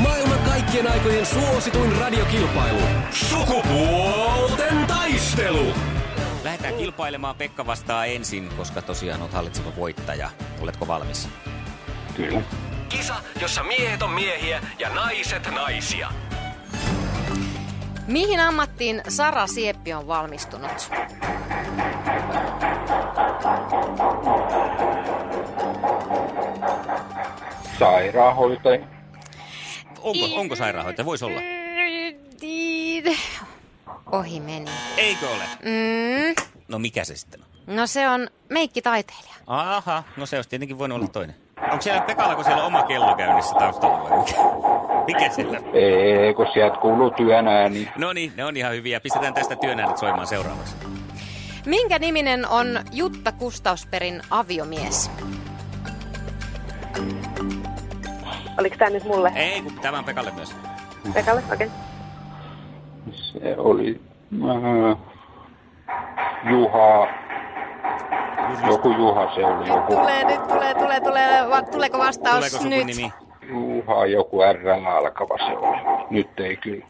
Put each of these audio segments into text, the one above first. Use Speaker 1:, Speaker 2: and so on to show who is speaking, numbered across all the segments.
Speaker 1: Maailman kaikkien aikojen suosituin radiokilpailu. Sukupuolten taistelu.
Speaker 2: Lähdetään kilpailemaan. Pekka vastaa ensin, koska tosiaan olet hallitseva voittaja. Oletko valmis?
Speaker 3: Kyllä.
Speaker 1: Kisa, jossa miehet on miehiä ja naiset naisia.
Speaker 4: Mihin ammattiin Sara Sieppi on valmistunut?
Speaker 3: Sairaanhoitaja.
Speaker 2: Onko, onko sairaanhoitaja? Voisi olla.
Speaker 4: Ohi meni.
Speaker 2: Eikö ole?
Speaker 4: Mm.
Speaker 2: No mikä se sitten on?
Speaker 4: No se on meikkitaiteilija.
Speaker 2: Aha, no se olisi tietenkin voinut olla toinen. Onko siellä Pekalla, kun siellä oma kello käynnissä taustalla vai mikä? Mikä siellä?
Speaker 3: Ei, kun sieltä kuuluu työnä, niin
Speaker 2: No niin, ne on ihan hyviä. Pistetään tästä työnäänet soimaan seuraavaksi.
Speaker 4: Minkä niminen on Jutta Kustausperin aviomies?
Speaker 5: Oliko tämä nyt mulle?
Speaker 2: Ei, kun tämän Pekalle myös.
Speaker 5: Pekalle? Okei. Okay.
Speaker 3: se oli äh, Juha. Joku Juha se oli,
Speaker 4: Nyt
Speaker 3: joku
Speaker 4: tulee, nyt tulee, tulee, tulee. Va- tuleeko vastaus
Speaker 2: Tuleeko
Speaker 4: nyt?
Speaker 2: sukunimi?
Speaker 3: Juha, joku R alkava se oli. Nyt ei kyllä.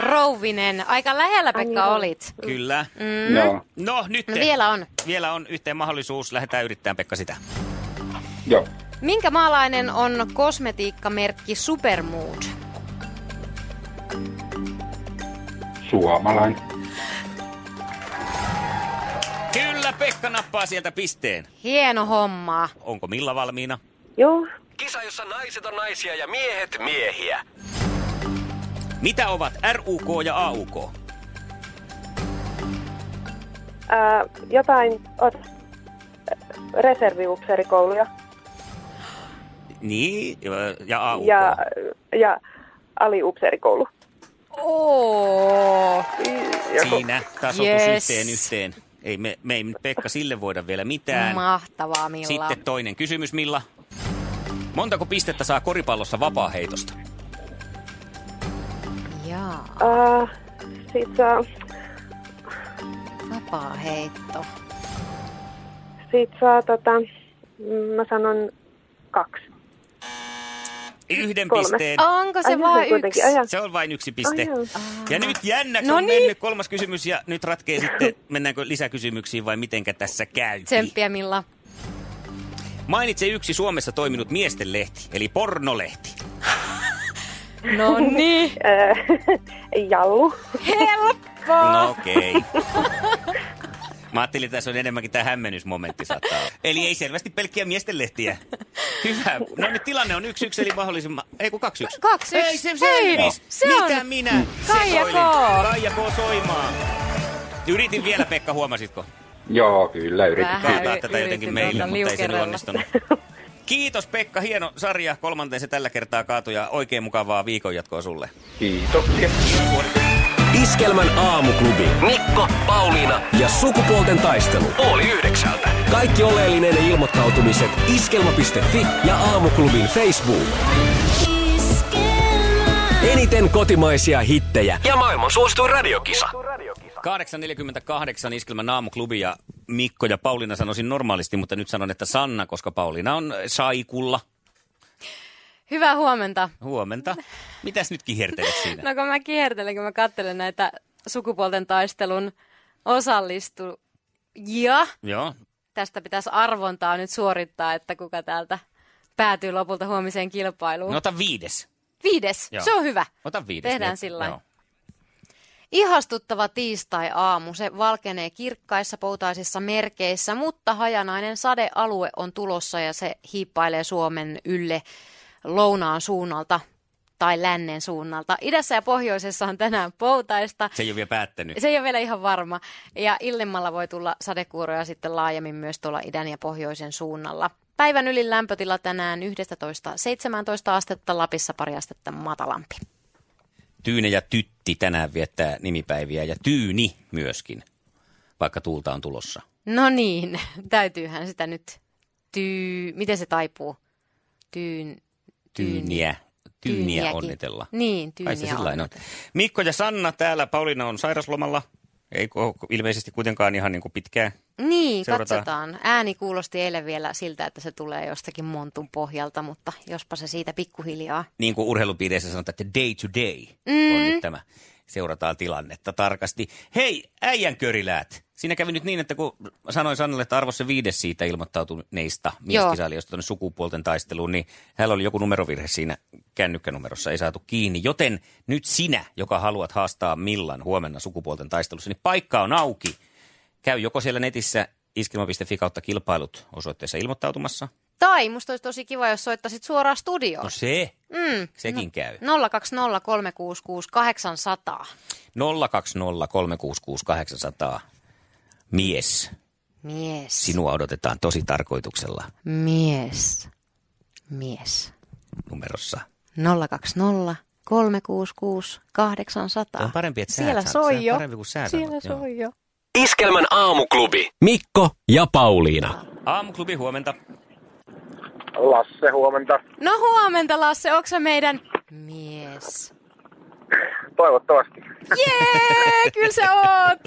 Speaker 4: Rouvinen. Aika lähellä Pekka olit.
Speaker 2: Kyllä.
Speaker 3: Mm. Joo,
Speaker 2: No nyt.
Speaker 4: No vielä on.
Speaker 2: Vielä on yhteen mahdollisuus. Lähdetään yrittämään Pekka sitä.
Speaker 3: joo.
Speaker 4: Minkä maalainen on kosmetiikkamerkki Supermood?
Speaker 3: Suomalainen.
Speaker 2: Kyllä, Pekka nappaa sieltä pisteen.
Speaker 4: Hieno homma.
Speaker 2: Onko Milla valmiina?
Speaker 5: Joo.
Speaker 1: Kisa, jossa naiset on naisia ja miehet miehiä.
Speaker 2: Mitä ovat RUK ja AUK?
Speaker 5: Ää, jotain, oot reserviupseerikouluja
Speaker 2: Niin, ö, ja AUK.
Speaker 5: ja, ja aliupseerikoulu.
Speaker 4: Oo.
Speaker 2: Siinä tasoitus
Speaker 4: Yes.
Speaker 2: yhteen yhteen. Ei, me, me ei nyt Pekka sille voida vielä mitään.
Speaker 4: Mahtavaa Milla.
Speaker 2: Sitten toinen kysymys, Milla. Montako pistettä saa koripallossa vapaaheitosta?
Speaker 4: Jaa,
Speaker 5: Ää, sit saa,
Speaker 4: vapaa heitto.
Speaker 5: sit saa tota, mm, mä sanon kaksi.
Speaker 2: Yhden
Speaker 5: Kolme.
Speaker 2: pisteen.
Speaker 4: Onko se
Speaker 5: Ai,
Speaker 4: vaan
Speaker 5: kuitenkin.
Speaker 4: yksi?
Speaker 5: Ai, jaa.
Speaker 2: Se on vain yksi piste.
Speaker 5: Ai joo.
Speaker 2: ja nyt jännäksi
Speaker 4: No
Speaker 2: on
Speaker 4: niin.
Speaker 2: mennyt kolmas kysymys ja nyt ratkee sitten, mennäänkö lisäkysymyksiin vai mitenkä tässä käy.
Speaker 4: Tsemppiä Milla.
Speaker 2: Mainitse yksi Suomessa toiminut miesten lehti, eli pornolehti.
Speaker 4: No niin.
Speaker 5: Ää, jallu.
Speaker 4: Helppoa.
Speaker 2: No okei. Okay. Mä ajattelin, että tässä on enemmänkin tämä hämmennysmomentti saattaa olla. Eli ei selvästi pelkkiä miestenlehtiä. Hyvä. No nyt tilanne on yksi yksi, eli mahdollisimman... Ei kun kaksi yksi.
Speaker 4: Kaksi yksi.
Speaker 2: Ei, se, se,
Speaker 4: Hei,
Speaker 2: selvisi.
Speaker 4: se
Speaker 2: Mitä
Speaker 4: on
Speaker 2: minä?
Speaker 4: Kaija
Speaker 2: Sekoilin.
Speaker 4: K.
Speaker 2: Kaija K. soimaan. Yritin vielä, Pekka, huomasitko?
Speaker 3: Joo, kyllä yritin.
Speaker 4: Vähän.
Speaker 2: Kaataa
Speaker 4: y-
Speaker 2: tätä jotenkin
Speaker 4: Äh,
Speaker 2: meille,
Speaker 4: yritin tuolta
Speaker 2: mutta ei se nyt
Speaker 4: liukerella.
Speaker 2: onnistunut. Kiitos Pekka, hieno sarja. Kolmanteen se tällä kertaa kaatui ja oikein mukavaa viikonjatkoa sulle.
Speaker 3: Kiitoksia.
Speaker 1: Iskelmän aamuklubi. Mikko, Pauliina ja sukupuolten taistelu. Oli yhdeksältä. Kaikki oleellinen ilmoittautumiset iskelma.fi ja aamuklubin Facebook. Eniten kotimaisia hittejä ja maailman suosituin radiokisa.
Speaker 2: 8.48 iskelmän aamuklubi ja Mikko ja Pauliina sanoisin normaalisti, mutta nyt sanon, että Sanna, koska Pauliina on saikulla.
Speaker 4: Hyvää huomenta.
Speaker 2: Huomenta. Mitäs nyt kihertelet siinä?
Speaker 4: No kun mä kiertelen, kun mä katselen näitä sukupuolten taistelun osallistujia.
Speaker 2: Joo.
Speaker 4: Tästä pitäisi arvontaa nyt suorittaa, että kuka täältä päätyy lopulta huomiseen kilpailuun.
Speaker 2: No ota viides.
Speaker 4: Viides.
Speaker 2: Joo.
Speaker 4: Se on hyvä.
Speaker 2: Ota viides.
Speaker 4: Tehdään
Speaker 2: Niin,
Speaker 4: sillä lailla.
Speaker 2: joo.
Speaker 4: Ihastuttava tiistai-aamu. Se valkenee kirkkaissa poutaisissa merkeissä, mutta hajanainen sadealue on tulossa ja se hiippailee Suomen ylle lounaan suunnalta tai lännen suunnalta. Idässä ja pohjoisessa on tänään poutaista.
Speaker 2: Se ei ole vielä päättänyt.
Speaker 4: Se ei ole vielä ihan varma. Ja illemmalla voi tulla sadekuuroja sitten laajemmin myös tuolla idän ja pohjoisen suunnalla. Päivän ylin lämpötila tänään 11-17 astetta, Lapissa pari astetta matalampi.
Speaker 2: Tyyne ja Tytti tänään viettää nimipäiviä ja Tyyni myöskin, vaikka tuulta on tulossa.
Speaker 4: No niin, täytyyhän sitä nyt tyy... Miten se taipuu? Tyyn...
Speaker 2: Tyyniä. Tyyniä
Speaker 4: tyyniäkin.
Speaker 2: onnitella.
Speaker 4: Niin,
Speaker 2: Kai se
Speaker 4: tyyniä
Speaker 2: sillain on.
Speaker 4: onnitella.
Speaker 2: Mikko ja Sanna täällä. Pauliina on sairaslomalla. Ei ko- ilmeisesti kuitenkaan ihan niin kuin pitkään.
Speaker 4: Niin,
Speaker 2: Seurataan.
Speaker 4: katsotaan. Ääni kuulosti eilen vielä siltä, että se tulee jostakin montun pohjalta, mutta jospa se siitä pikkuhiljaa.
Speaker 2: Niin kuin urheilupiireissä sanotaan, että day to day on nyt tämä. Seurataan tilannetta tarkasti. Hei, äijän köriläät. Siinä kävi nyt niin, että kun sanoin Sannalle, että arvossa viides siitä ilmoittautuneista mieskisailijoista tuonne sukupuolten taisteluun, niin hänellä oli joku numerovirhe siinä kännykkänumerossa, ei saatu kiinni. Joten nyt sinä, joka haluat haastaa Millan huomenna sukupuolten taistelussa, niin paikka on auki. Käy joko siellä netissä iskelma.fi kautta kilpailut osoitteessa ilmoittautumassa.
Speaker 4: Tai musta olisi tosi kiva, jos soittaisit suoraan studioon.
Speaker 2: No se,
Speaker 4: Mm.
Speaker 2: sekin käy.
Speaker 4: 020366800.
Speaker 2: 020366800. Mies,
Speaker 4: Mies.
Speaker 2: sinua odotetaan tosi tarkoituksella
Speaker 4: Mies. Mies.
Speaker 2: numerossa.
Speaker 4: 020 366 800.
Speaker 2: Tämä on parempi, että sä
Speaker 4: Ah, Siellä
Speaker 2: et saa- se
Speaker 4: soi
Speaker 2: on
Speaker 4: jo.
Speaker 2: parempi, kun sä sanot,
Speaker 4: Siellä
Speaker 2: joo.
Speaker 4: soi jo.
Speaker 1: Iskelmän aamuklubi. Mikko ja Pauliina.
Speaker 2: Aamuklubi huomenta.
Speaker 3: Lasse, huomenta.
Speaker 4: No huomenta Lasse, onko se meidän mies?
Speaker 3: Toivottavasti.
Speaker 4: Jee, kyllä sä oot!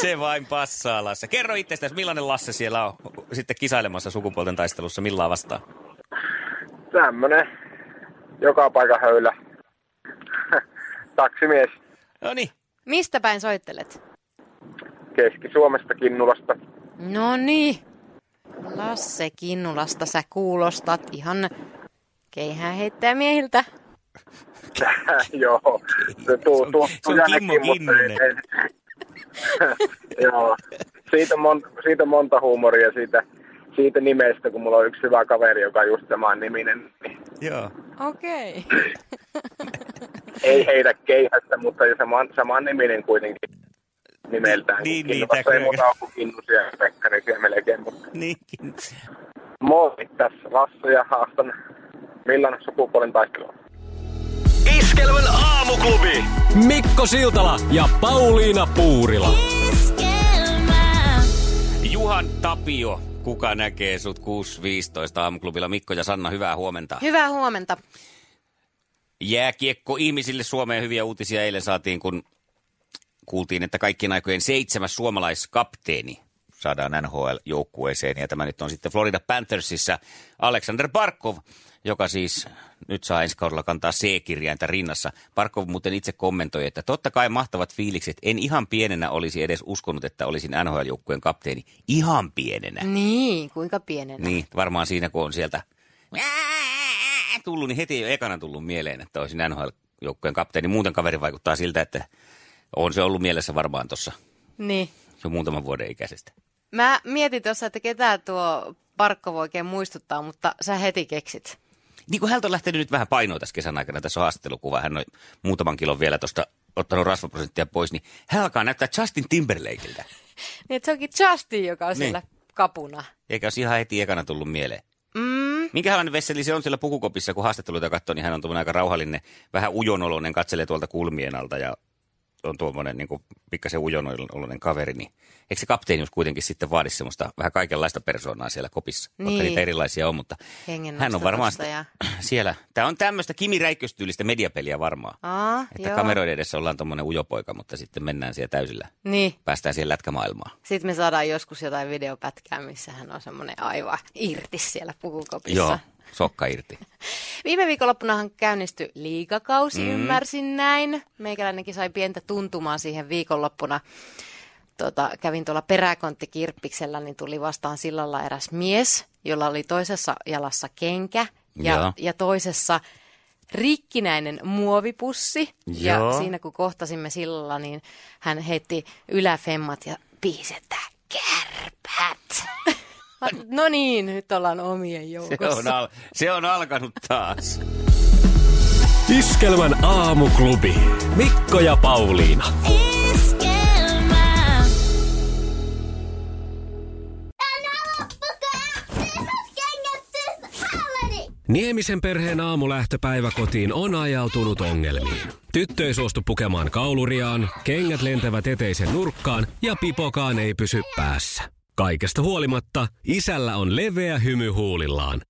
Speaker 2: Se vain passaa, Lasse. Kerro itsestäsi, millainen Lasse siellä on sitten kisailemassa sukupuolten taistelussa, millään vastaan?
Speaker 3: Tämmönen joka paikan höylä. Taksimies
Speaker 2: No niin,
Speaker 4: Mistä päin soittelet?
Speaker 3: Keski-Suomesta, Kinnulasta.
Speaker 4: No niin. Lasse Kinnulasta sä kuulostat ihan keihään heittää miehiltä.
Speaker 3: Joo, se
Speaker 2: Se
Speaker 3: tuu,
Speaker 2: on-
Speaker 3: tuu,
Speaker 2: se
Speaker 3: tuu
Speaker 2: on
Speaker 3: jänekin,
Speaker 2: Kimmo
Speaker 3: mutta ei-
Speaker 2: Kinnunen.
Speaker 3: ei- Joo, siitä, mon, siitä monta huumoria siitä, siitä nimestä, kun mulla on yksi hyvä kaveri, joka on just samaan niminen. niin
Speaker 2: joo.
Speaker 4: Okei.
Speaker 3: Ei heitä keihästä, mutta saman, saman niminen kuitenkin nimeltään.
Speaker 2: Niin,
Speaker 3: Kinnulassa
Speaker 2: niin, tää
Speaker 3: ei
Speaker 2: kyllä-
Speaker 3: muuta ole kuin Kinnusia ja Pekkarisia melkein, mutta
Speaker 2: Niinkin.
Speaker 3: Moi, tässä Lasse ja haastan Millan sukupuolen taistelua.
Speaker 1: Iskelmän aamuklubi. Mikko Siltala ja Pauliina Puurila.
Speaker 2: Juhan Tapio, kuka näkee sut 6.15 aamuklubilla? Mikko ja Sanna, hyvää huomenta.
Speaker 4: Hyvää huomenta.
Speaker 2: Jääkiekko ihmisille Suomeen hyviä uutisia eilen saatiin, kun kuultiin, että kaikkien aikojen seitsemäs suomalaiskapteeni saadaan NHL-joukkueeseen. Ja tämä nyt on sitten Florida Panthersissa Alexander Barkov, joka siis nyt saa ensi kaudella kantaa C-kirjainta rinnassa. Barkov muuten itse kommentoi, että totta kai mahtavat fiilikset. En ihan pienenä olisi edes uskonut, että olisin NHL-joukkueen kapteeni. Ihan pienenä.
Speaker 4: Niin, kuinka pienenä.
Speaker 2: Niin, varmaan siinä kun on sieltä tullut, niin heti ei ole ekana tullut mieleen, että olisin NHL-joukkueen kapteeni. Muuten kaveri vaikuttaa siltä, että on se ollut mielessä varmaan tuossa
Speaker 4: Niin.
Speaker 2: jo muutaman vuoden ikäisestä.
Speaker 4: Mä mietin tuossa, että ketä tuo Parkko voi oikein muistuttaa, mutta sä heti keksit.
Speaker 2: Niin kuin häneltä on lähtenyt nyt vähän painoa tässä kesän aikana, tässä on haastattelukuva, hän on muutaman kilon vielä tuosta ottanut rasvaprosenttia pois, niin hän alkaa näyttää Justin Timberlakeiltä.
Speaker 4: Niin, että se onkin Justin, joka on
Speaker 2: Niin.
Speaker 4: siellä kapuna.
Speaker 2: Eikä olisi ihan heti ekana tullut mieleen.
Speaker 4: Mm,
Speaker 2: Minkälainen vesseli se on siellä pukukopissa, kun haastatteluita katsoo, niin hän on tuommoinen aika rauhallinen, vähän ujonoloinen, katselee tuolta kulmien alta ja on tuommoinen niin kuin pikkasen ujonoloinen kaveri. Niin. Eikö se kapteenius kuitenkin sitten vaadi semmoista vähän kaikenlaista persoonaa siellä kopissa, niin. vaikka
Speaker 4: Niin.
Speaker 2: niitä erilaisia on, mutta
Speaker 4: hengen
Speaker 2: hän on varmaan
Speaker 4: nostatusta ja...
Speaker 2: sitä, siellä. Tämä on tämmöistä Kimi Räikköstyylistä mediapeliä varmaan.
Speaker 4: Aa,
Speaker 2: Että
Speaker 4: Ah, joo.
Speaker 2: kameroiden edessä ollaan tuommoinen ujopoika, mutta sitten mennään siellä täysillä.
Speaker 4: Niin.
Speaker 2: Päästään siihen lätkämaailmaan.
Speaker 4: Sitten me saadaan joskus jotain videopätkää, missä hän on semmoinen aivan irti siellä pukukopissa.
Speaker 2: Joo, sokka irti.
Speaker 4: Viime viikonloppunahan käynnistyi liigakausi, mm. ymmärsin näin. Meikäläinenkin sai pientä tuntumaa siihen viikonloppuna. Tota, kävin tuolla peräkonttikirppiksellä, niin tuli vastaan sillalla eräs mies, jolla oli toisessa jalassa kenkä
Speaker 2: Joo.
Speaker 4: ja, ja toisessa rikkinäinen muovipussi. Ja
Speaker 2: Joo.
Speaker 4: siinä kun kohtasimme sillalla, niin hän heitti yläfemmat ja piisetään kärpät. Mä- No niin, nyt ollaan omien
Speaker 2: Se
Speaker 4: joukossa.
Speaker 2: on, al- se on alkanut taas.
Speaker 1: Iskelmän aamuklubi. Mikko ja Pauliina.
Speaker 6: Iskelmä. Tänään loppukaa!
Speaker 1: Niemisen perheen aamulähtöpäivä kotiin on ajautunut ongelmiin. Tyttö ei suostu pukemaan kauluriaan, kengät lentävät eteisen nurkkaan ja pipokaan ei pysy päässä. Kaikesta huolimatta, isällä on leveä hymy huulillaan.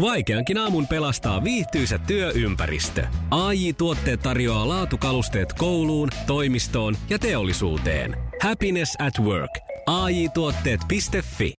Speaker 1: Vaikeankin aamun pelastaa viihtyisä työympäristö. AI Tuotteet tarjoaa laatukalusteet kouluun, toimistoon ja teollisuuteen. Happiness at work. AJ-tuotteet.fi